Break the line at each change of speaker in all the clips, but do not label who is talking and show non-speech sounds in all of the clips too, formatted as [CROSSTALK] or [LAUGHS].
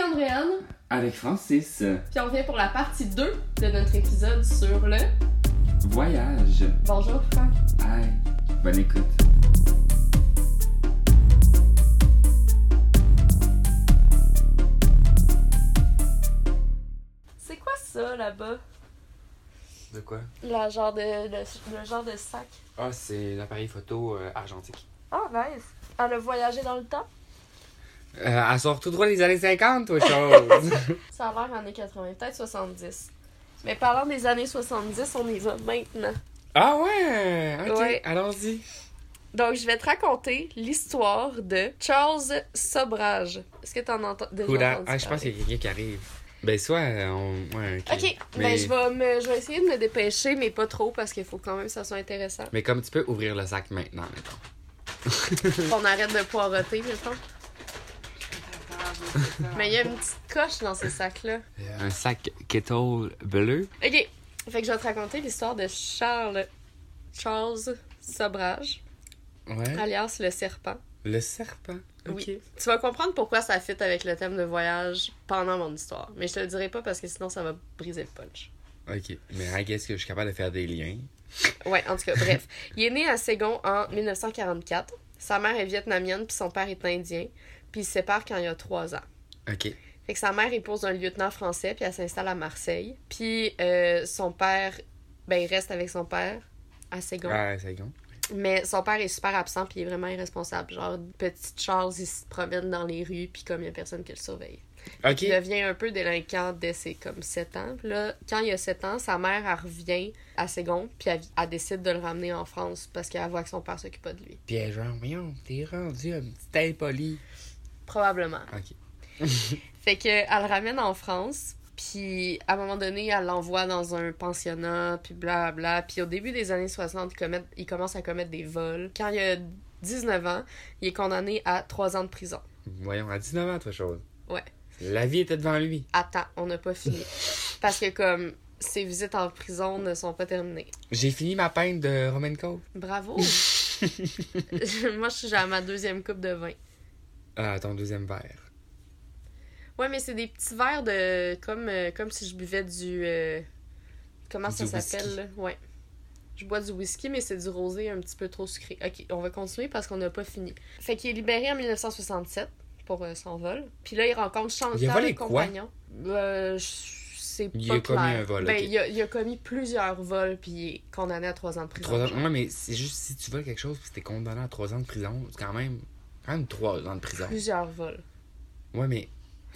Andréane.
Avec Francis,
Puis on revient pour la partie 2 de notre épisode sur le
voyage.
Bonjour Franck.
Aïe, bonne écoute.
C'est quoi ça là-bas?
De quoi?
La genre de, le, le genre de sac.
Ah, c'est l'appareil photo euh, argentique.
Oh nice! Elle a voyagé dans le temps.
Euh, elle sort tout droit des années 50 ou [LAUGHS] chose?
Ça a l'air années 80, peut-être 70. Mais parlant des années 70, on y va maintenant.
ah ouais! Ok,
Ouais.
allons-y.
Donc, je vais te raconter l'histoire de Charles Sobrage. Est-ce que t'en entends déjà
Coudard.
entendu
Ah, je pense
parler?
qu'il y a quelqu'un qui arrive. Ben, soit euh, on. Ouais, ok.
Ok, ben
Mais-
je vais, me- je vais essayer de me dépêcher, mais pas trop, parce qu'il faut quand même que ça soit intéressant.
Mais comme tu peux ouvrir le sac maintenant, mettons.
On arrête de poireauter, mettons. Mais il y a une petite coche dans ce sac-là.
Euh, Un sac kettle bleu.
Ok, fait que je vais te raconter l'histoire de Charles... Charles Sobrage,
Ouais.
alias le serpent.
Le serpent. Ok.
Oui. Tu vas comprendre pourquoi ça fit avec le thème de voyage pendant mon histoire. Mais je te le dirai pas parce que sinon ça va briser le punch.
Ok. Mais I guess que je suis capable de faire des liens.
Ouais, en tout cas,
[LAUGHS]
bref. Il est né à Ségon en 1944. Sa mère est vietnamienne puis son père est indien. Puis ils se séparent quand il a trois ans.
Ok.
Fait que sa mère épouse un lieutenant français puis elle s'installe à Marseille. Puis euh, son père, ben il reste avec son père à Ségon.
Ah, c'est bon.
Mais son père est super absent puis il est vraiment irresponsable. Genre, petite Charles, il se promène dans les rues puis comme il y a personne qui le surveille.
Ok.
Il devient un peu délinquant dès ses comme 7 ans. Puis là, quand il a 7 ans, sa mère, elle revient à Ségon, puis elle, elle décide de le ramener en France parce qu'elle voit que son père s'occupe pas de lui.
Puis elle est genre, hein. voyons, t'es rendu un petit impoli.
Probablement.
Ok.
Fait que elle le ramène en France, puis à un moment donné, elle l'envoie dans un pensionnat, puis blablabla. Puis au début des années 60, il, commet- il commence à commettre des vols. Quand il a 19 ans, il est condamné à 3 ans de prison.
Voyons, à 19 ans, toi, chose.
Ouais.
La vie était devant lui.
Attends, on n'a pas fini. Parce que comme ses visites en prison ne sont pas terminées.
J'ai fini ma peine de Roman Cove.
Bravo! [LAUGHS] Moi, je suis à ma deuxième coupe de vin.
Ah, ton deuxième verre.
Ouais, mais c'est des petits verres de. comme, euh, comme si je buvais du. euh, comment ça
Du
s'appelle,
whisky.
là? Ouais. Je bois du whisky, mais c'est du rosé un petit peu trop sucré. Ok, on va continuer parce qu'on n'a pas fini. Fait qu'il est libéré en 1967 pour euh, son vol. Puis là, il rencontre Chantal,
Il a volé
le
quoi?
compagnon. Euh, je- c'est pas
Il a commis
clair.
un vol,
Ben,
ok.
il, a, il a commis plusieurs vols, puis il est condamné à trois ans de prison.
Trois ans. Ouais, mais c'est juste si tu voles quelque chose puis t'es condamné à trois ans de prison, c'est quand même. Quand même trois ans de prison.
Plusieurs vols.
Ouais, mais.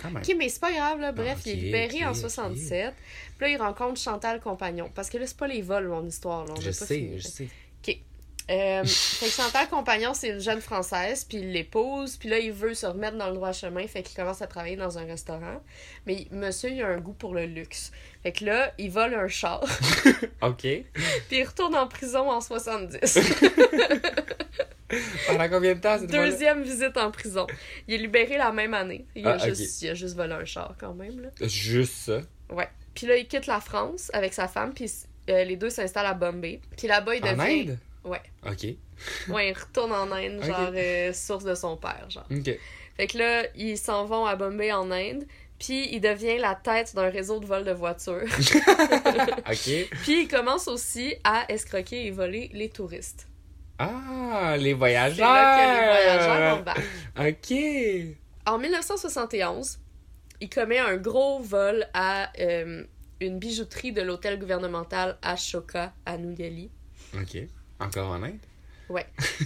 Quand même.
Ok, mais c'est pas grave, là. Bref,
Ah, Ok,
il est libéré
ok,
en
ok.
67. Puis là, il rencontre Chantal Compagnon. Parce que là, c'est pas les vols, mon histoire, là. On
Je
veut pas
sais,
finir.
je sais.
Euh, fait que Chantal Compagnon, c'est une jeune Française, puis il l'épouse, puis là, il veut se remettre dans le droit chemin, fait qu'il commence à travailler dans un restaurant. Mais monsieur, il a un goût pour le luxe. Fait que là, il vole un char, [LAUGHS]
Ok.
puis il retourne en prison en
[LAUGHS]
70.
Pendant combien de temps cette fois-là?
Deuxième visite en prison. Il est libéré la même année. Il a,
Ah, ok.
juste, il a juste volé un char, quand même, là.
Juste ça.
Ouais. Puis là, il quitte la France avec sa femme, puis euh, les deux s'installent à Bombay. Puis là-bas, il
En
devient.
Inde?
Ouais.
Ok.
[LAUGHS] Ouais, il retourne en Inde,
Ok.
genre euh, source de son père, genre. [LAUGHS]
Ok.
Fait que là, ils s'en vont à Bombay en Inde. Puis il devient la tête d'un réseau de vol de
[LAUGHS]
voitures.
Ok.
puis il commence aussi à escroquer et voler les touristes.
Ah,
C'est là
les
que les
voyageurs.
voyageurs embarquent.
Ok.
En 1971, il commet un gros vol à euh, une bijouterie de l'hôtel gouvernemental Ashoka à New Delhi.
Ok. Encore en Inde?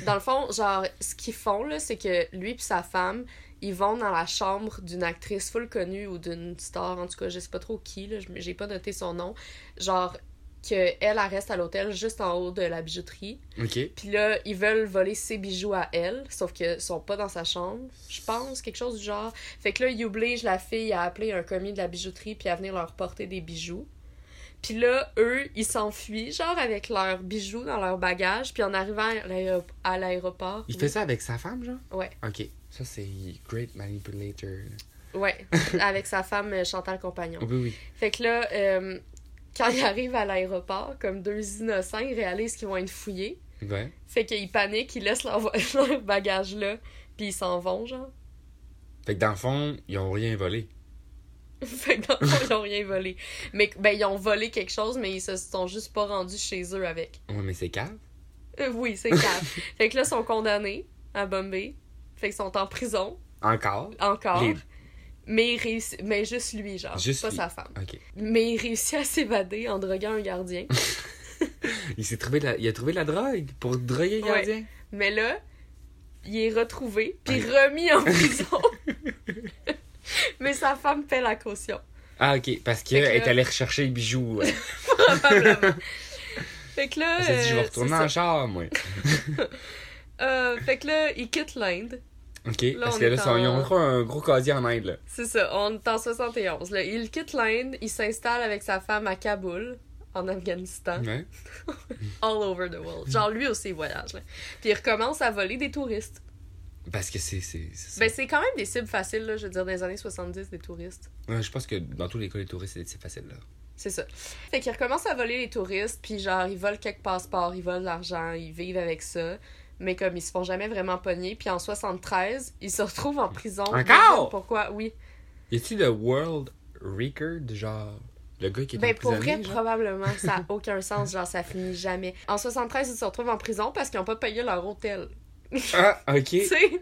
Dans le fond, genre, ce qu'ils font, là, c'est que lui puis sa femme, ils vont dans la chambre d'une actrice full connue ou d'une star, en tout cas, je sais pas trop qui, là, je- j'ai pas noté son nom. Genre, qu'elle, elle reste à l'hôtel juste en haut de la bijouterie.
Ok.
Puis là, ils veulent voler ses bijoux à elle, sauf que sont pas dans sa chambre, je pense, quelque chose du genre. Fait que là, ils obligent la fille à appeler un commis de la bijouterie puis à venir leur porter des bijoux. Puis là, eux, ils s'enfuient, genre avec leurs bijoux dans leur bagage, puis en arrivant à l'aéro- à l'aéroport.
Il
oui.
fait ça avec sa femme, genre?
Ouais.
Ok. Ça, c'est Great Manipulator. là.
Ouais, avec sa femme euh, Chantal Compagnon.
Oui, oui.
Fait que là, euh, quand ils arrivent à l'aéroport, comme deux innocents, ils réalisent qu'ils vont être fouillés.
Ouais.
Fait qu'ils paniquent, ils laissent leur, vo- [LAUGHS] leur bagage là, puis ils s'en vont, genre.
Fait que dans le fond, ils ont rien volé.
[LAUGHS] fait que dans le fond, ils ont rien volé. Mais ben, ils ont volé quelque chose, mais ils se sont juste pas rendus chez eux avec.
Ouais, mais c'est calme.
Euh, oui,
[LAUGHS]
c'est grave. fait que là, ils sont condamnés à Bombay. Fait qu'ils sont en prison,
Encore.
encore.
Les-
Mais, il réussit- mais juste lui, genre.
Juste
pas
lui.
sa femme.
Ok.
Mais il réussit à s'évader en droguant un
[LAUGHS]
gardien.
Il s'est trouvé de la... il a trouvé de la drogue pour droguer le
Ouais.
gardien.
Mais là, il est retrouvé, puis
Ah.
remis en prison. [LAUGHS] Mais sa femme paie la caution,
Ah, ok. Parce
Fait que
qu'elle est
là-
allée rechercher les bijoux.
[LAUGHS]
ouais. [LAUGHS]
probablement. fait que là.
Elle s'est dit, je vais
euh,
retourner
c'est
en
ça.
char, moi.
Euh, fait que là, il quitte l'Inde.
Ok.
Là,
parce
on
que là,
est
ça- ils
en-
ont trop un gros casier en Inde, là.
C'est ça, on est en 71. Là. Il quitte l'Inde, il s'installe avec sa femme à Kaboul, en Afghanistan.
Ouais.
All over the world. Genre, lui aussi, il voyage. Là. Puis il recommence à voler des touristes.
Parce que c'est. c'est- c'est ça.
Ben, c'est quand même des cibles faciles, là, je veux dire, dans les années 70, des touristes.
Ouais, je pense que dans tous les cas, les touristes, c'est- c'est facile, là.
C'est ça. Fait qu'ils recommencent à voler les touristes, puis genre, ils volent quelques passeports, ils volent de l'argent, ils vivent avec ça. Mais comme ils se font jamais vraiment pogner, puis en 73, ils se retrouvent en prison.
Encore?
Déjà, Pourquoi? Oui.
Y a-tu le World Record, genre. Le gars qui est
Ben, pour
emprisonné,
vrai,
genre?
probablement, ça
[LAUGHS]
a aucun sens. Genre, ça finit jamais. En 73, ils se retrouvent en prison parce qu'ils ont pas payé leur hôtel.
Ah, ok.
Tu sais,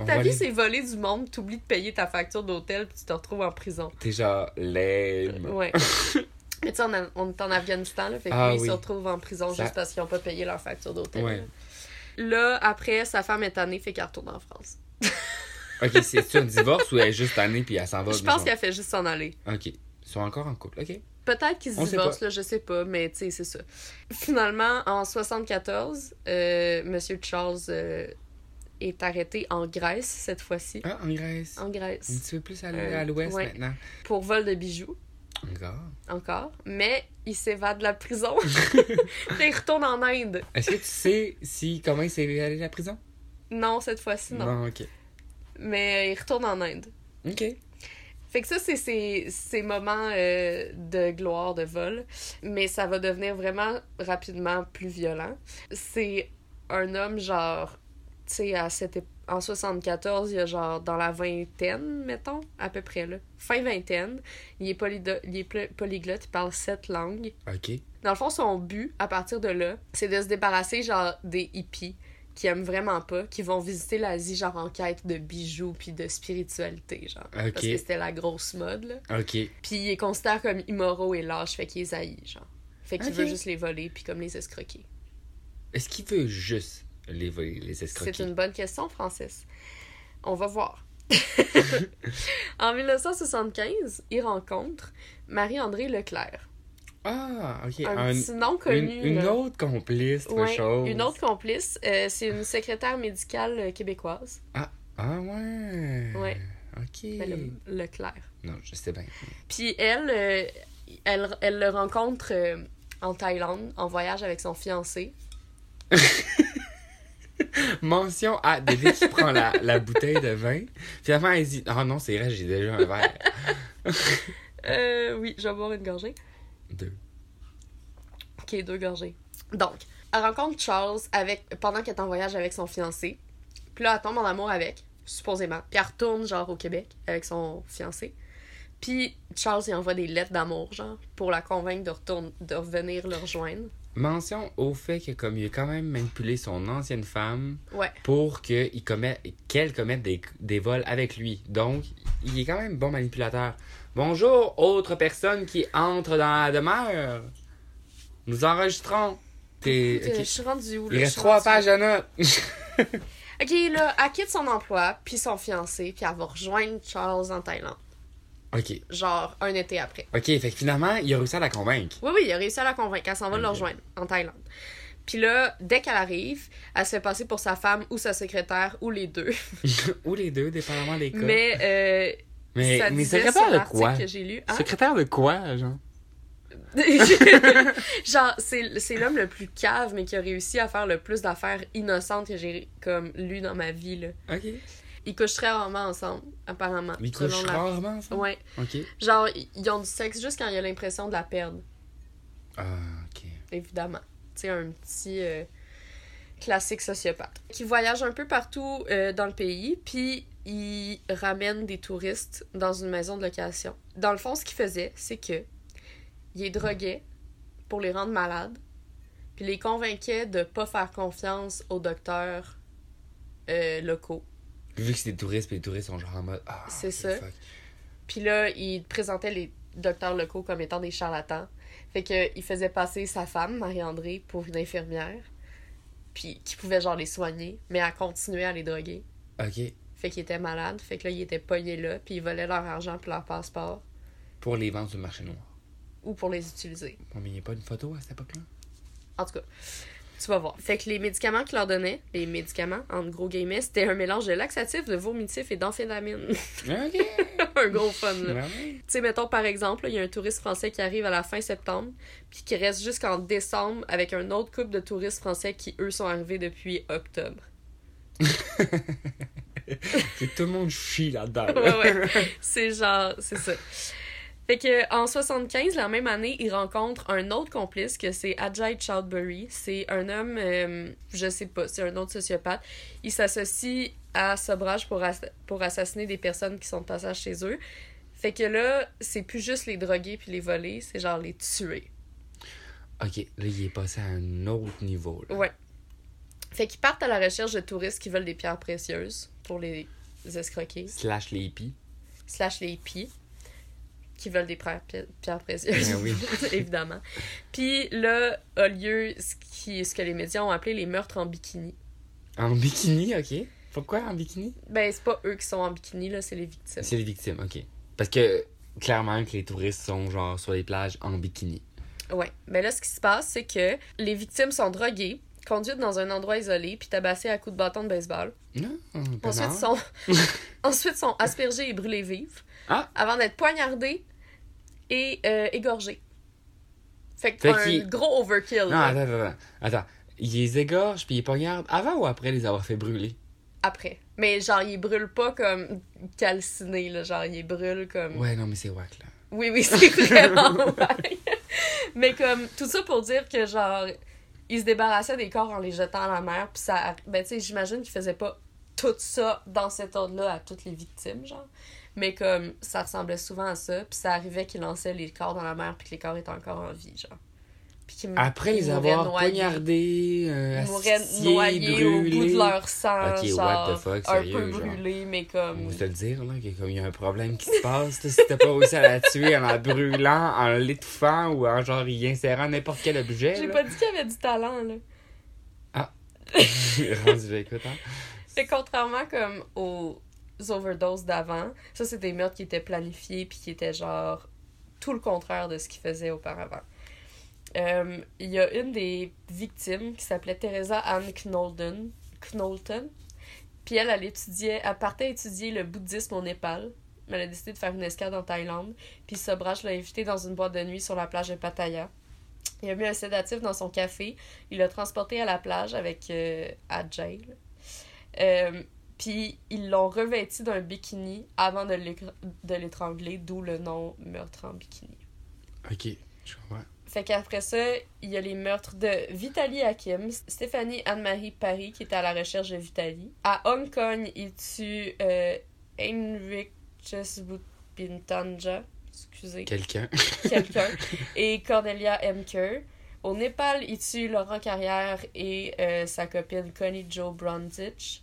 On
ta
va
vie,
aller-
c'est voler du monde, t'oublies de payer ta facture d'hôtel, puis tu te retrouves en prison.
T'es genre lame. [LAUGHS]
Ouais. Mais tu sais, on, a- on est en Afghanistan, là, fait que
ben. Ah
lui,
oui.
ils se retrouvent en prison
Ça-
juste parce qu'ils n'ont pas payé leur facture d'hôtel.
Ouais.
Là, après, sa femme est tannée, fait qu'elle retourne en France.
Ok, c'est un divorce ou elle est juste tannée puis elle s'en va?
Je
mais
pense
son-
qu'elle fait juste s'en aller.
Ok. Ils sont encore en couple. Ok.
Peut-être qu'ils se
On sait
divorcent, là, je sais pas, mais tu sais, c'est ça. Finalement, en 74, euh, Monsieur Charles euh, est arrêté en Grèce, cette fois-ci.
Ah, en Grèce.
En
Un
Grèce.
petit peu plus à l-
Euh,
à l'ouest
ouais.
maintenant.
Pour vol de bijoux,
Encore.
encore. Mais il s'évade de la
[LAUGHS]
prison. Puis il retourne en Inde.
Est-ce que tu sais si comment il s'est allé à la prison?
Non, cette fois-ci, non.
ok.
Mais euh, il retourne en Inde.
Ok.
Fait que ça, c'est ses, ses moments euh, de gloire, de vol. Mais ça va devenir vraiment rapidement plus violent. C'est un homme, genre, tu sais, à cette ép- en 74, il y a genre dans la vingtaine, mettons, à peu près, là. Fin vingtaine. Il est, polydo- il est pl- polyglotte, il parle sept langues.
Ok.
Dans le fond, son but, à partir de là, c'est de se débarrasser, genre, des hippies qui aiment vraiment pas, qui vont visiter l'Asie, genre, en quête de bijoux puis de spiritualité, genre.
Ok.
Parce que c'était la grosse mode, là.
Ok.
Puis il les considère comme immoraux et lâches, fait qu'ils haït, genre. Fait qu'il
Ok.
veut juste les voler, puis comme les escroquer.
Est-ce qu'il veut juste les voler, les escroquer?
C'est une bonne question, Francis. On va
[LAUGHS]
voir. en 1975, il rencontre Marie-André Leclerc.
Ah, ok.
Un,
Un-
petit nom
une,
connu.
une
là.
autre complice, quelque
Ouais,
chose.
une autre complice. Euh, c'est une secrétaire médicale euh, québécoise.
Ah, ouais.
Ouais.
Ok.
Madame Leclerc.
Non, je sais bien.
Puis elle, euh, elle, elle le rencontre euh, en Thaïlande, en voyage avec son fiancé.
Mention à Dédé qui prend la, la bouteille de vin. Finalement, elle dit Ah non, c'est vrai, j'ai déjà un verre.
Euh, oui, je vais boire une gorgée.
Deux.
qui est deux gorgées. Donc, elle rencontre Charles avec, pendant qu'elle est en voyage avec son fiancé. Puis là, elle tombe en amour avec, supposément. Puis elle retourne, genre, au Québec avec son fiancé. Puis Charles lui envoie des lettres d'amour, genre, pour la convaincre de, retourne, de revenir le rejoindre.
Mention au fait que, comme il a quand même manipulé son ancienne femme
Ouais.
pour que il commette- qu'elle commette des, des vols avec lui. Donc, il est quand même bon manipulateur. Bonjour, autre personne qui entre dans la demeure. Nous enregistrons. T'es-
Euh, Je
ok.
suis rendue où, là?
Il
Je
reste
suis
trois
rendue-
pages à notes. [LAUGHS]
Ok, là, elle quitte son emploi, puis son fiancé, puis elle va rejoindre Charles en Thaïlande.
ok,
Genre, un été après.
ok. Fait que finalement, il a réussi à la convaincre. [LAUGHS]
Oui, oui, il a réussi à la convaincre. Elle s'en va le
Ok.
rejoindre en Thaïlande. Puis là, dès qu'elle arrive, elle se fait passer pour sa femme ou sa secrétaire ou les deux.
Ou les deux, dépendamment des cas.
Mais, euh,
mais,
ça
mais
disait
secrétaire
sur
de quoi?
l'article que j'ai lu. Hein?
Secrétaire de quoi, genre?
[LAUGHS] Genre, c'est c'est l'homme le plus cave, mais qui a réussi à faire le plus d'affaires innocentes que j'ai comme lu dans ma vie. Là.
Ok.
Ils couchent très rarement ensemble, apparemment.
Il
selon
couche
la-
rarement, ça?
Ouais.
Ok.
Genre, ils ils ont du sexe juste quand il a l'impression de la perdre.
Ah, ok.
évidemment. Tu sais, un petit euh, classique sociopathe. Qui voyage un peu partout euh, dans le pays, puis il ramène des touristes dans une maison de location. Dans le fond, ce qu'il faisait, c'est que il les droguait pour les rendre malades, puis les convainquait de pas faire confiance aux docteurs euh, locaux.
Vu que c'est des touristes, puis les touristes sont genre en mode. Ah,
C'est
ok,
ça.
fuck.
Puis là, il présentait les docteurs locaux comme étant des charlatans. Fait que euh, il faisait passer sa femme, Marie-André, pour une infirmière, puis qui pouvait genre les soigner, mais elle continuait à les droguer.
Ok.
Fait qu'ils étaient malades, fait que là, ils étaient pognés là, puis ils volaient leur argent puis leur passeport,
Pour les ventes du marché noir.
ou pour les utiliser.
Bon, mais il n'y a pas une photo à cette époque-là.
En tout cas, tu vas voir. Fait que les médicaments qu'ils leur donnaient, les médicaments, entre gros guillemets, c'était un mélange de laxatif, de vomitif et d'amphétamine. [LAUGHS]
[LAUGHS] Ok.
un gros fun, là.
Vraiment?
Tu sais, mettons par exemple, là, il y a un touriste français qui arrive à la fin septembre, puis qui reste jusqu'en décembre avec un autre couple de touristes français qui, eux, sont arrivés depuis octobre. [LAUGHS]
Que tout le monde chie là-dedans. là.
ouais,
[LAUGHS]
ouais. C'est genre, c'est ça. Fait que, en 75, la même année, il rencontre un autre complice que c'est Ajay Chowdhury. C'est un homme, euh, je sais pas, c'est un autre sociopathe. Il s'associe à Sobrage pour, ass- pour assassiner des personnes qui sont de passage chez eux. Fait que là, c'est plus juste les droguer puis les voler, c'est genre les tuer.
Ok, là, il est passé à un autre niveau. Là.
Ouais. Fait qu'ils partent à la recherche de touristes qui veulent des pierres précieuses pour les escroquer.
Slash les hippies.
slash les hippies qui veulent des pierres, pi- pierres précieuses,
Ben oui.
[LAUGHS] évidemment. Puis là a lieu ce, qui, ce que les médias ont appelé les meurtres en bikini.
En bikini, ok. Pourquoi en bikini
Ben, c'est pas eux qui sont en bikini, là, c'est les victimes.
C'est les victimes, ok. Parce que clairement que les touristes sont genre sur les plages en bikini.
Ouais. Ben là, ce qui se passe, c'est que les victimes sont droguées, conduites dans un endroit isolé, puis tabassées à coups de bâton de baseball.
Ben Non, pas
Ensuite,
mal.
sont...
[LAUGHS]
Ensuite, sont aspergées et brûlées vives,
Ah!
avant d'être poignardées et euh, égorgées. Fait que
Fait
un
qu'ils-
gros overkill.
Non,
là,
attends, attends, attends. Attends. Ils les égorgent puis ils poignardent avant ou après les avoir fait brûler?
après. Mais genre, il brûle pas comme calciné, là. Genre, il brûle comme.
Ouais, non, mais c'est wack là.
Oui, oui, c'est [LAUGHS] vraiment vague. Mais comme, tout ça pour dire que genre, il se débarrassait des corps en les jetant à la mer. Puis ça. Ben, tu sais, j'imagine qu'il faisait pas tout ça dans cet ordre-là à toutes les victimes, genre. Mais comme, ça ressemblait souvent à ça. Puis ça arrivait qu'il lançait les corps dans la mer, puis que les corps étaient encore en vie, genre. Puis qu'ils mou-
Après
qu'ils
les
mouraient
avoir
noyés.
poignardés, euh,
Ils mouraient
asphyxiés,
noyés au bout de
brûlés.
leur sang,
Ok,
genre,
what the fuck,
un
sérieux,
peu
genre.
brûlés, mais
On
comme...
va te le dire, là, que comme il y a un problème qui se passe, là, si t'as pas réussi à la tuer en la brûlant, en l'étouffant ou en genre y insérant n'importe quel objet.
J'ai
là.
pas dit qu'il y avait du talent, là.
[LAUGHS] Rendu là, écoute, hein.
Fait contrairement comme aux overdoses d'avant, ça, c'est des meurtres qui étaient planifiés puis qui étaient genre tout le contraire de ce qu'ils faisaient auparavant. Euh, Il y a une des victimes qui s'appelait Teresa Ann Knowlton. Knowlton. Puis elle, elle étudiait, elle partait étudier le bouddhisme au Népal. Mais elle a décidé de faire une escale en Thaïlande. Puis Sobrage l'a invitée dans une boîte de nuit sur la plage de Pattaya. Il a mis un sédatif dans son café. Il l'a transporté à la plage avec euh, Ajay. là. Euh, puis ils l'ont revêti d'un bikini avant de l'écr- de l'étrangler, d'où le nom meurtre en bikini.
Ok, je comprends.
Fait qu'après ça, il y a les meurtres de Vitaly Hakim, Stéphanie Anne-Marie Paris, qui était à la recherche de Vitaly. À Hong Kong, il tue euh, Heinrich Bintanja, excusez,
Quelqu'un.
quelqu'un, et Cordelia M. Kerr. Au Népal, il tue Laurent Carrière et euh, sa copine Connie Joe Brundage.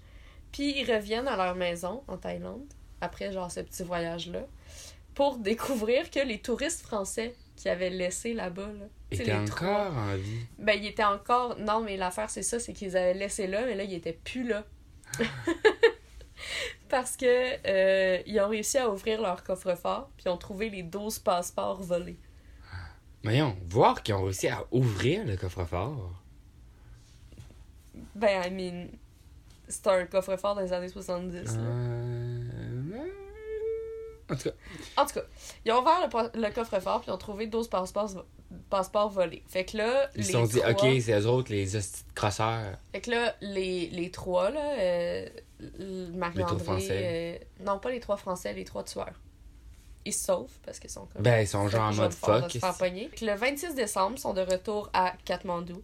Puis ils reviennent à leur maison en Thaïlande, après genre ce petit voyage-là, pour découvrir que les touristes français qui avaient laissé là-bas, là, tu sais,
était
les trois-
encore en vie.
ben, ils étaient encore. Non, mais l'affaire, c'est ça, c'est qu'ils avaient laissé là, mais là, ils étaient plus là. [LAUGHS] Parce que euh, ils ont réussi à ouvrir leur coffre-fort, puis ils ont trouvé les 12 passeports volés.
Voyons, voir qu'ils ont réussi à ouvrir le coffre-fort.
Ben, I mean, c'est un coffre-fort des années 70. là.
Euh... En tout cas,
En tout cas, ils ont ouvert le, po- le coffre-fort, puis ils ont trouvé 12 passeports, passeports volés. Fait que là,
ils
les
se sont dit,
trois-
ok, c'est eux autres, les hosties de crosseurs.
Fait que là, les, les trois, là, euh, l-
trois Français.
Marie-André... euh, non, pas les trois Français, les trois tueurs. Ils se sauvent parce qu'ils sont comme...
Ben, ils sont genre en
Ils ont
mode
le fort de
fuck.
se faire pogner. Puis Le 26 décembre, ils sont de retour à Katmandou.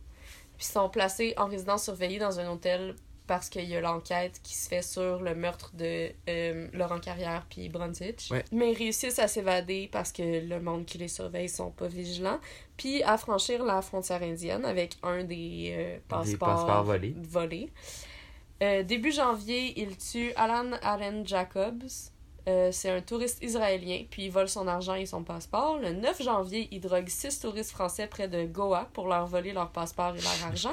Puis ils sont placés en résidence surveillée dans un hôtel parce qu'il y a l'enquête qui se fait sur le meurtre de euh, Laurent Carrière puis Brunswick.
Ouais.
Mais ils réussissent à s'évader parce que le monde qui les surveille sont pas vigilants. Puis à franchir la frontière indienne avec un des euh, passeports,
passeports volés.
volés. Euh, début janvier, il tue Alan Aaron Jacobs. Euh, c'est un touriste israélien, puis il vole son argent et son passeport. Le 9 janvier, il drogue six touristes français près de Goa pour leur voler leur passeport et leur argent.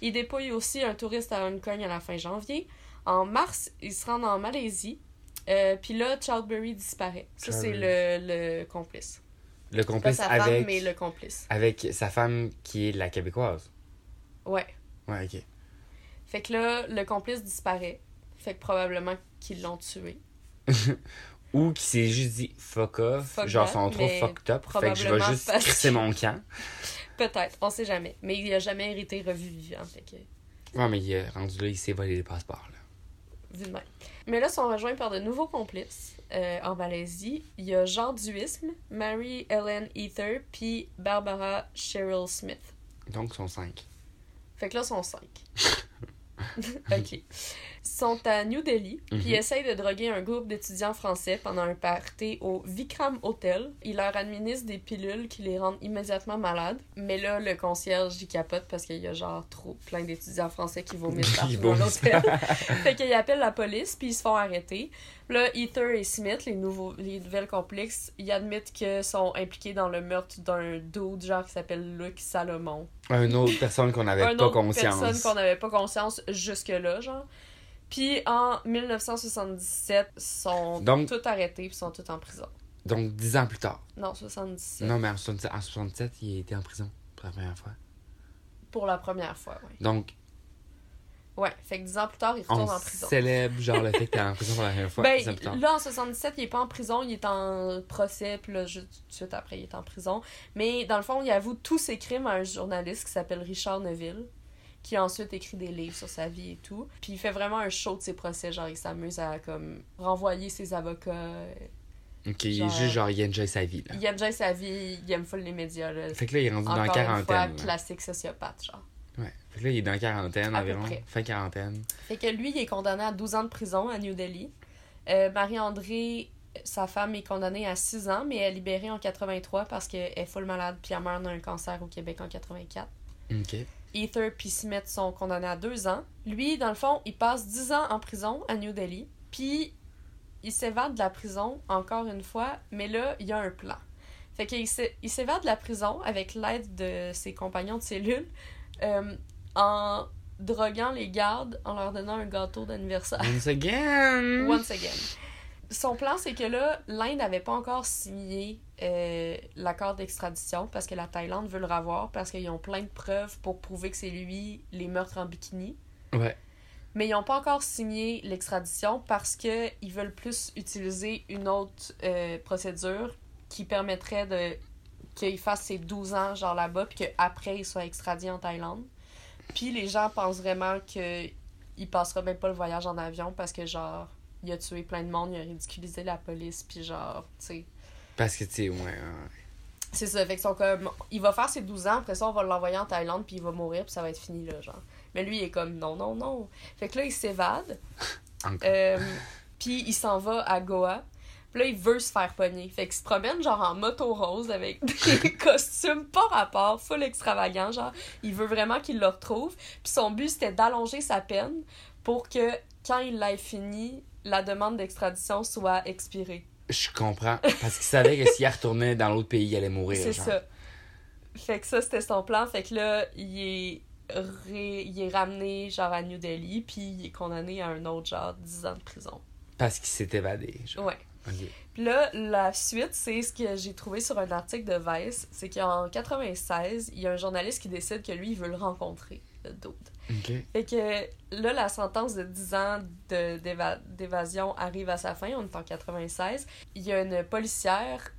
Il dépouille aussi un touriste à Hong Kong à la fin janvier. En mars, ils se rendent en Malaisie. Euh, puis là, Childbury disparaît. Ça, c'est le, le complice.
Le
Pas
complice
sa femme,
avec,
mais le complice.
avec sa femme qui est la québécoise.
Ouais.
Ouais, ok.
Fait que là, le complice disparaît. Fait que probablement qu'ils l'ont tué.
Ou qui s'est juste dit fuck off,
Fuck
genre
off,
sont trop
mais
fucked up, fait que je vais
probablement
juste
parce que-
crisser mon camp.
Peut-être, on sait jamais. Mais il a jamais été revu vivant. Fait que.
Ouais, mais il est rendu là, il s'est volé les passeports. Là.
vu de même. Mais là, sont rejoints par de nouveaux complices euh, en Malaisie. Il y a Jean Duisme, Mary Ellen Ether, puis Barbara Cheryl Smith.
Donc, ils sont cinq.
Fait que là, ils sont cinq. [LAUGHS] ok. Ils sont à New Delhi, puis
Mhm.
essayent de droguer un groupe d'étudiants français pendant un party au Vikram Hotel. Ils leur administrent des pilules qui les rendent immédiatement malades. Mais là, le concierge, il capote parce qu'il y a genre trop plein d'étudiants français qui
[LAUGHS]
vomissent
Ils
partout dans
vomissent
l'hôtel. [LAUGHS] fait qu'ils appellent la police, puis ils se font arrêter. Là, Ether et Smith, les, nouveaux, les nouvelles complexes, ils admettent qu'ils sont impliqués dans le meurtre d'un dude genre qui s'appelle Luc Salomon
Une autre personne
[LAUGHS]
qu'on n'avait
une
pas
autre
conscience.
personne qu'on n'avait pas conscience jusque-là, genre. Puis en 1977, ils sont
Donc-
tous arrêtés puis sont tous en prison.
Donc, dix ans plus tard.
Non, 77.
Non, mais en 77, en 77, il était en prison pour la première fois.
Pour la première fois, ouais.
Donc,
Ouais, fait que 10 ans plus tard, il
on
retourne en prison.
célèbre genre le fait qu'il est en prison pour
[LAUGHS]
la première fois. dix ans plus tard.
Ben, là, en 77, il est pas en prison, il est en procès, puis là, juste tout de suite après, il est en prison. Mais dans le fond, il avoue tous ses crimes à un journaliste qui s'appelle Richard Neville, qui a ensuite écrit des livres sur sa vie et tout. Puis il fait vraiment un show de ses procès, genre, il s'amuse à, comme, renvoyer ses avocats.
Ok, il est
genre-
juste genre, il enjoy sa vie. Là.
Il aime bien sa vie, il aime full les médias, là.
Fait que là, il est rendu dans
Encore
la
une fois,
quarantaine. là.
classique sociopathe, genre.
Ouais. Fait que là, il est dans la quarantaine
À peu
environ.
près.
Fin quarantaine.
Fait que lui, il est condamné à 12 ans de prison à New Delhi. Euh, Marie-André, sa femme, est condamnée à 6 ans, mais elle est libérée en 83 parce qu'elle est full malade puis elle meurt d'un cancer au Québec en 84.
Ok.
Ether puis Smith sont condamnés à 2 ans. Lui, dans le fond, il passe 10 ans en prison à New Delhi, puis il s'évade de la prison encore une fois, mais là, il y a un plan. Fait qu'il s'é- il s'évade de la prison avec l'aide de ses compagnons de cellule euh, en droguant les gardes, en leur donnant un gâteau d'anniversaire.
Once again!
Ah. Once again. Son plan, c'est que là, l'Inde n'avait pas encore signé euh, l'accord d'extradition parce que la Thaïlande veut le revoir parce qu'ils ont plein de preuves pour prouver que c'est lui les meurtres en bikini.
Ouais.
Mais ils n'ont pas encore signé l'extradition parce qu'ils veulent plus utiliser une autre euh, procédure qui permettrait de qu'il fasse ses 12 ans genre là-bas puis qu'après il soit extradé en Thaïlande. Puis les gens pensent vraiment que il passera même pas le voyage en avion parce que genre il a tué plein de monde, il a ridiculisé la police puis genre tu sais
Parce que, tu sais, euh, ouais, ouais, ouais.
c'est ça, fait qu'ils sont comme. Il va faire ses 12 ans, après ça, on va l'envoyer en Thaïlande, puis il va mourir, puis ça va être fini, là, genre. Mais lui, il est comme non, non, non. Fait que là, il s'évade.
Encore.
Euh, puis il s'en va à Goa. Puis là, il veut se faire pogner. Fait qu'il se promène, genre, en moto rose, avec [LAUGHS] des costumes pas rapport, full extravagant, genre. Il veut vraiment qu'il le retrouve. Puis son but, c'était d'allonger sa peine pour que, quand il l'ait fini, la demande d'extradition soit expirée.
Je comprends. Parce qu'il savait que s'il retournait dans l'autre pays, il allait mourir.
C'est
genre.
ça. Fait que ça, c'était son plan. Fait que là, il est, ré- il est ramené genre à New Delhi, puis il est condamné à un autre genre 10 ans de prison.
Parce qu'il s'est évadé. Genre.
Ouais.
Ok.
Puis là, la suite, c'est ce que j'ai trouvé sur un article de Vice, c'est qu'en 96, il y a un journaliste qui décide que lui, il veut le rencontrer, le dude.
Ok.
Fait que là, la sentence de 10 ans de- d'éva- d'évasion arrive à sa fin, on est en 96. Il y a une policière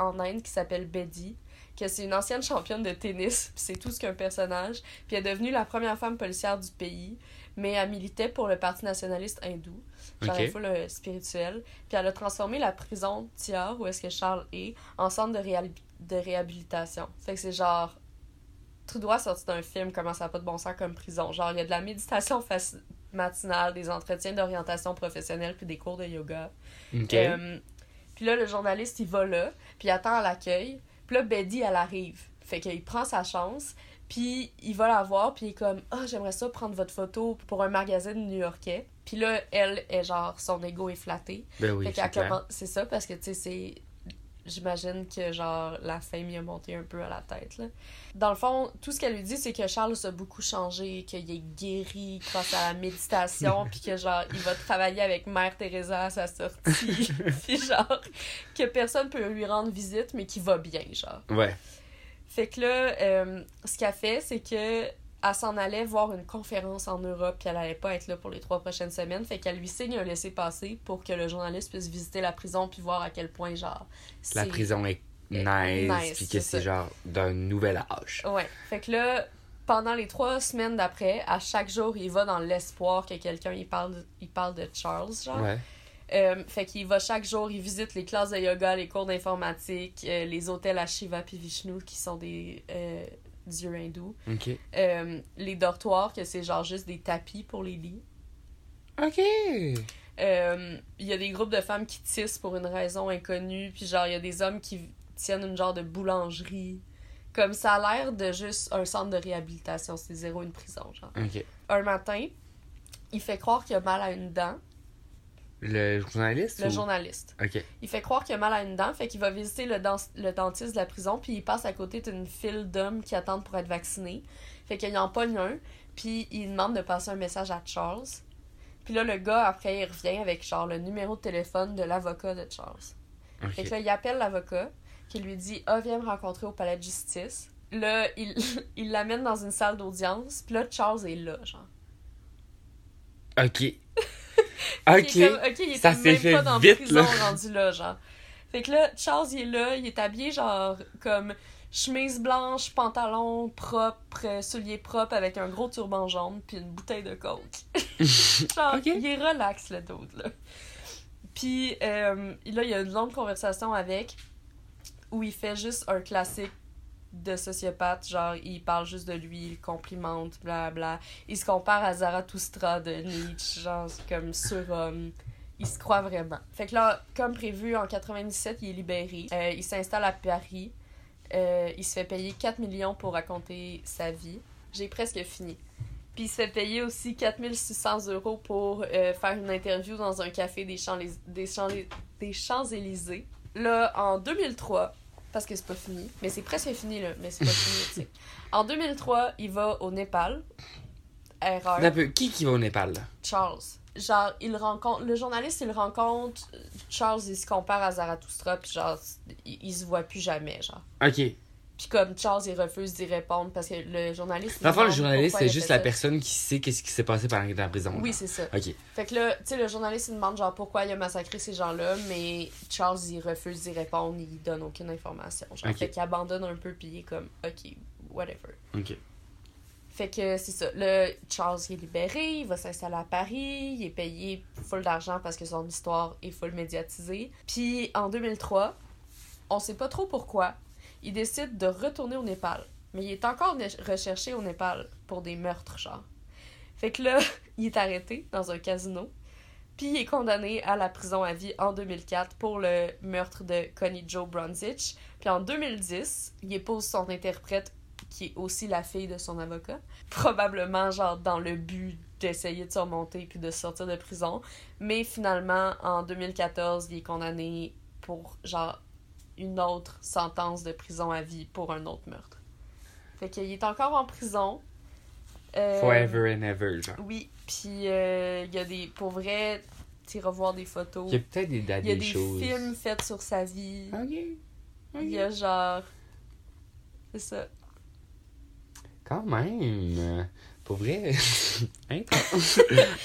en Inde qui s'appelle Betty, que c'est une ancienne championne de tennis, puis c'est tout ce qu'un personnage, puis elle est devenue la première femme policière du pays, mais elle militait pour le Parti nationaliste hindou, genre
Ok.
elle est full, euh, spirituelle, puis elle a transformé la prison Tiare, où est-ce que Charles est, en centre de, réhab- de réhabilitation. Fait que c'est genre tout droit sorti d'un film, comment ça n'a pas de bon sens comme prison. Genre, il y a de la méditation faci- matinale, des entretiens d'orientation professionnelle, puis des cours de yoga.
OK.
Euh, puis là, le journaliste, il va là, puis il attend à l'accueil. Puis là, Betty, elle arrive. Fait qu'il prend sa chance, puis il va la voir, puis il est comme « Ah, j'aimerais ça prendre votre photo pour un magazine new-yorkais. » Puis là, elle est genre, son ego est flatté.
ben oui,
fait
c'est
qu'elle
clair.
commence... C'est ça, parce que, tu sais, c'est... J'imagine que, genre, la fame lui a monté un peu à la tête, là. Dans le fond, tout ce qu'elle lui dit, c'est que Charles a beaucoup changé, qu'il est guéri grâce à la
[LAUGHS]
méditation, puis que, genre, il va travailler avec Mère Teresa à sa
[LAUGHS]
sortie. puis, genre, que personne peut lui rendre visite, mais qu'il va bien, genre.
Ouais.
Fait que là, euh, ce qu'elle fait, c'est que elle s'en allait voir une conférence en Europe, puis elle allait pas être là pour les trois prochaines semaines. Fait qu'elle lui signe un laissez-passer pour que le journaliste puisse visiter la prison puis voir à quel point, genre.
La
c'est-
prison est
Euh,
nice,
nice,
puis
c'est
que
ça.
c'est
Oh,
genre d'un nouvel âge.
Ouais. Fait que là, pendant les trois semaines d'après, à chaque jour, il va dans l'espoir que quelqu'un il parle, il parle de Charles, genre.
Ouais.
Euh, fait qu'il va chaque jour, il visite les classes de yoga, les cours d'informatique, euh, les hôtels à Shiva puis Vishnu qui sont des euh, dieux hindous.
OK.
Euh, les dortoirs, que c'est genre juste des tapis pour les lits.
OK.
Euh, Il y a des groupes de femmes qui tissent pour une raison inconnue, puis genre, il y a des hommes qui tiennent une genre de boulangerie. Comme ça a l'air de juste un centre de réhabilitation, c'est zéro une prison, genre.
OK.
Un matin, il fait croire qu'il a mal à une dent,
Le journaliste
le
ou-
journaliste.
OK.
Il fait croire qu'il a mal à une dent, fait qu'il va visiter le, dent- le dentiste de la prison, puis il passe à côté d'une file d'hommes qui attendent pour être vaccinés. Fait qu'il en pogne un, puis il demande de passer un message à Charles. Puis là, le gars, après, il revient avec genre le numéro de téléphone de l'avocat de Charles. Fait
OK.
que là, il appelle l'avocat, qui lui dit Ah, viens me rencontrer au palais de justice. Là, il [LAUGHS] il l'amène dans une salle d'audience, puis là, Charles est là, genre. [LAUGHS]
OK.
Il est comme,
OK.
ok, il était
Ça s'est
même
fait
pas dans
vite,
prison
là.
rendu là, genre. Fait que là, Charles, il est là, il est habillé genre comme chemise blanche, pantalon propre, euh, souliers propres avec un gros turban jaune puis une bouteille de coke. [LAUGHS] genre,
Ok.
il est relax, le dude, là. Puis euh, là, il y a une longue conversation avec où il fait juste un classique de sociopathe, genre il parle juste de lui, il complimente, bla bla. Il se compare à Zarathustra de Nietzsche, genre c'est comme surhomme. Il se croit vraiment. Fait que là, comme prévu, en 97, il est libéré. Euh, il s'installe à Paris. Euh, il se fait payer 4 millions pour raconter sa vie. J'ai presque fini. Puis il se fait payer aussi 4600 euros pour euh, faire une interview dans un café des Champs- des Champs- des Champs-Élysées. là, en 2003, parce que c'est pas fini, mais c'est presque fini, là, mais c'est pas fini, tu sais. En 2003, il va au Népal. Erreur.
Un peu. Qui qui va au Népal, là?
Charles. Genre, il rencontre. Le journaliste, il rencontre. euh, Charles, il se compare à Zarathustra, puis genre, il, il se voit plus jamais, genre.
OK.
Puis comme Charles, il refuse d'y répondre parce que le journaliste. il
Dans le fond, le
demande
journaliste,
pourquoi il
c'est
a
juste
fait
la
ça.
personne qui sait qu'est-ce qui s'est passé pendant qu'il était en prison.
Oui,
là.
c'est ça.
OK.
Fait que là, tu sais, le journaliste, il demande genre pourquoi il a massacré ces gens-là, mais Charles, il refuse d'y répondre, il donne aucune information. Genre,
Ok.
fait qu'il abandonne un peu, puis il est comme, ok, whatever.
OK.
Fait que c'est ça. Là, Charles il est libéré, il va s'installer à Paris, il est payé full d'argent parce que son histoire est full médiatisée. Puis en 2003, on sait pas trop pourquoi, il décide de retourner au Népal. Mais il est encore ne- recherché au Népal pour des meurtres, genre. Fait que là, [LAUGHS] il est arrêté dans un casino. Puis il est condamné à la prison à vie en 2004 pour le meurtre de Connie Joe Bronzich. Puis en 2010, il épouse son interprète, qui est aussi la fille de son avocat. Probablement, genre, dans le but d'essayer de surmonter puis de sortir de prison. Mais finalement, en 2014, il est condamné pour, genre, une autre sentence de prison à vie pour un autre meurtre. Fait qu'il est encore en prison. Euh,
Forever and ever, genre.
oui, puis euh, il y a des. Pour vrai, tu revoir des photos.
Il y a peut-être des,
Il y a
des
des
choses.
films faits sur sa vie.
OK.
Il y a genre. C'est ça.
Quand même. Pour vrai. [LAUGHS]
[LAUGHS]
Intense.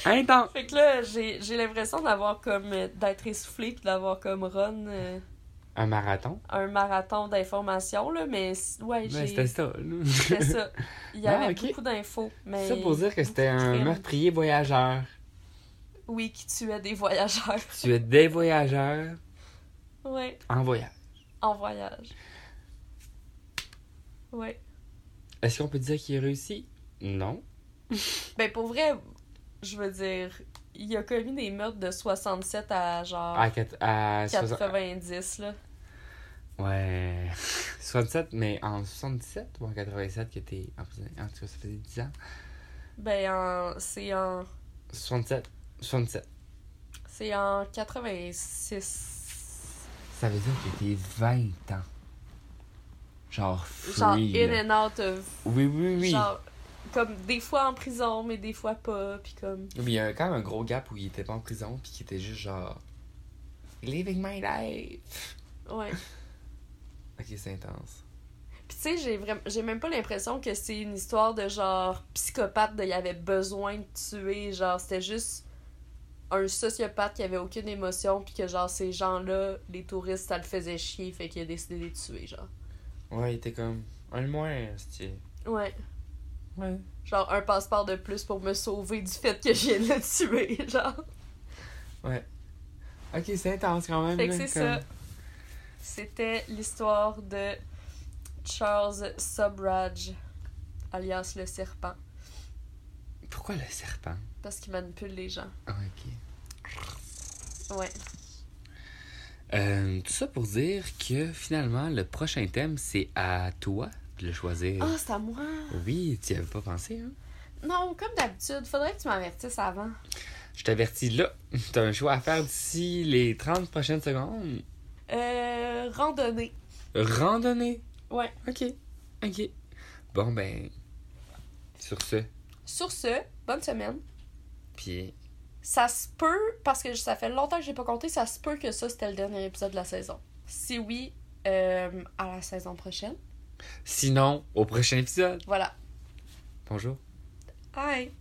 Intense.
Fait que là, j'ai j'ai l'impression d'avoir comme. euh, d'être essoufflé puis d'avoir comme run euh,
Un marathon.
un marathon d'informations, là, mais c- ouais, j'ai.
Ben, c'était [LAUGHS] ça. là.
C'était ça. Il y
Ah,
avait
ok.
beaucoup d'infos, mais.
Ça pour dire que c'était
Crime.
un meurtrier voyageur.
Oui, qui tuait des voyageurs. [LAUGHS]
Tu es des voyageurs
ouais,
en voyage.
en voyage. Ouais.
Est-ce qu'on peut dire qu'il a réussi? Non.
Ben, pour vrai, je veux dire, il a commis des meurtres de 67 à genre
À, quat- Ah, à 60
90, là.
Ouais. [LAUGHS] 67, mais en 77 ou en 87 que t'es emprisonné? En tout cas, ça faisait 10 ans.
Ben, en- c'est en...
67. 67.
C'est en 86.
Ça veut dire que t'es 20 ans. Genre
Genre,
free. là.
in and out of...
Oui, oui, oui.
Genre, comme des fois en prison, mais des fois pas, puis comme...
Oui, mais il y a quand même un gros gap où il était pas en prison puis qu'il était juste genre. Living my life.
Ouais.
Ok, c'est intense.
Puis tu sais, j'ai vraiment j'ai même pas l'impression que c'est une histoire de genre psychopathe de il avait besoin de tuer, genre c'était juste un sociopathe qui avait aucune émotion puis que genre ces gens-là, les touristes, ça le faisait chier, fait qu'il a décidé de les tuer, genre.
Ouais, il était comme. Un de moins, c'était.
Ouais.
Ouais.
Genre un passeport de plus pour me sauver du fait que je viens de le tuer, [LAUGHS] genre.
Ok, c'est intense quand même.
Fait que
là,
c'est ça.
comme-
C'était l'histoire de Charles Subraj, alias le serpent,
Pourquoi le serpent
parce qu'il manipule les gens.
Ah, ok.
Ouais.
Euh, tout ça pour dire que finalement, le prochain thème, c'est à toi de le choisir.
Ah, c'est à moi!
Oui, tu y avais pas pensé, hein
Non, comme d'habitude, faudrait que tu m'avertisses avant.
Je t'avertis là, [LAUGHS] t'as un choix à faire d'ici les 30 prochaines secondes.
Euh, randonnée.
Randonnée.
Ouais.
Ok. Ok. Bon, ben. Sur ce,
Sur ce, bonne semaine.
puis.
Ça se peut, parce que ça fait longtemps que j'ai pas compté, ça se peut que ça c'était le dernier épisode de la saison. Si oui, euh, à la saison prochaine.
Sinon, au prochain épisode.
Voilà.
Bonjour.
Bye!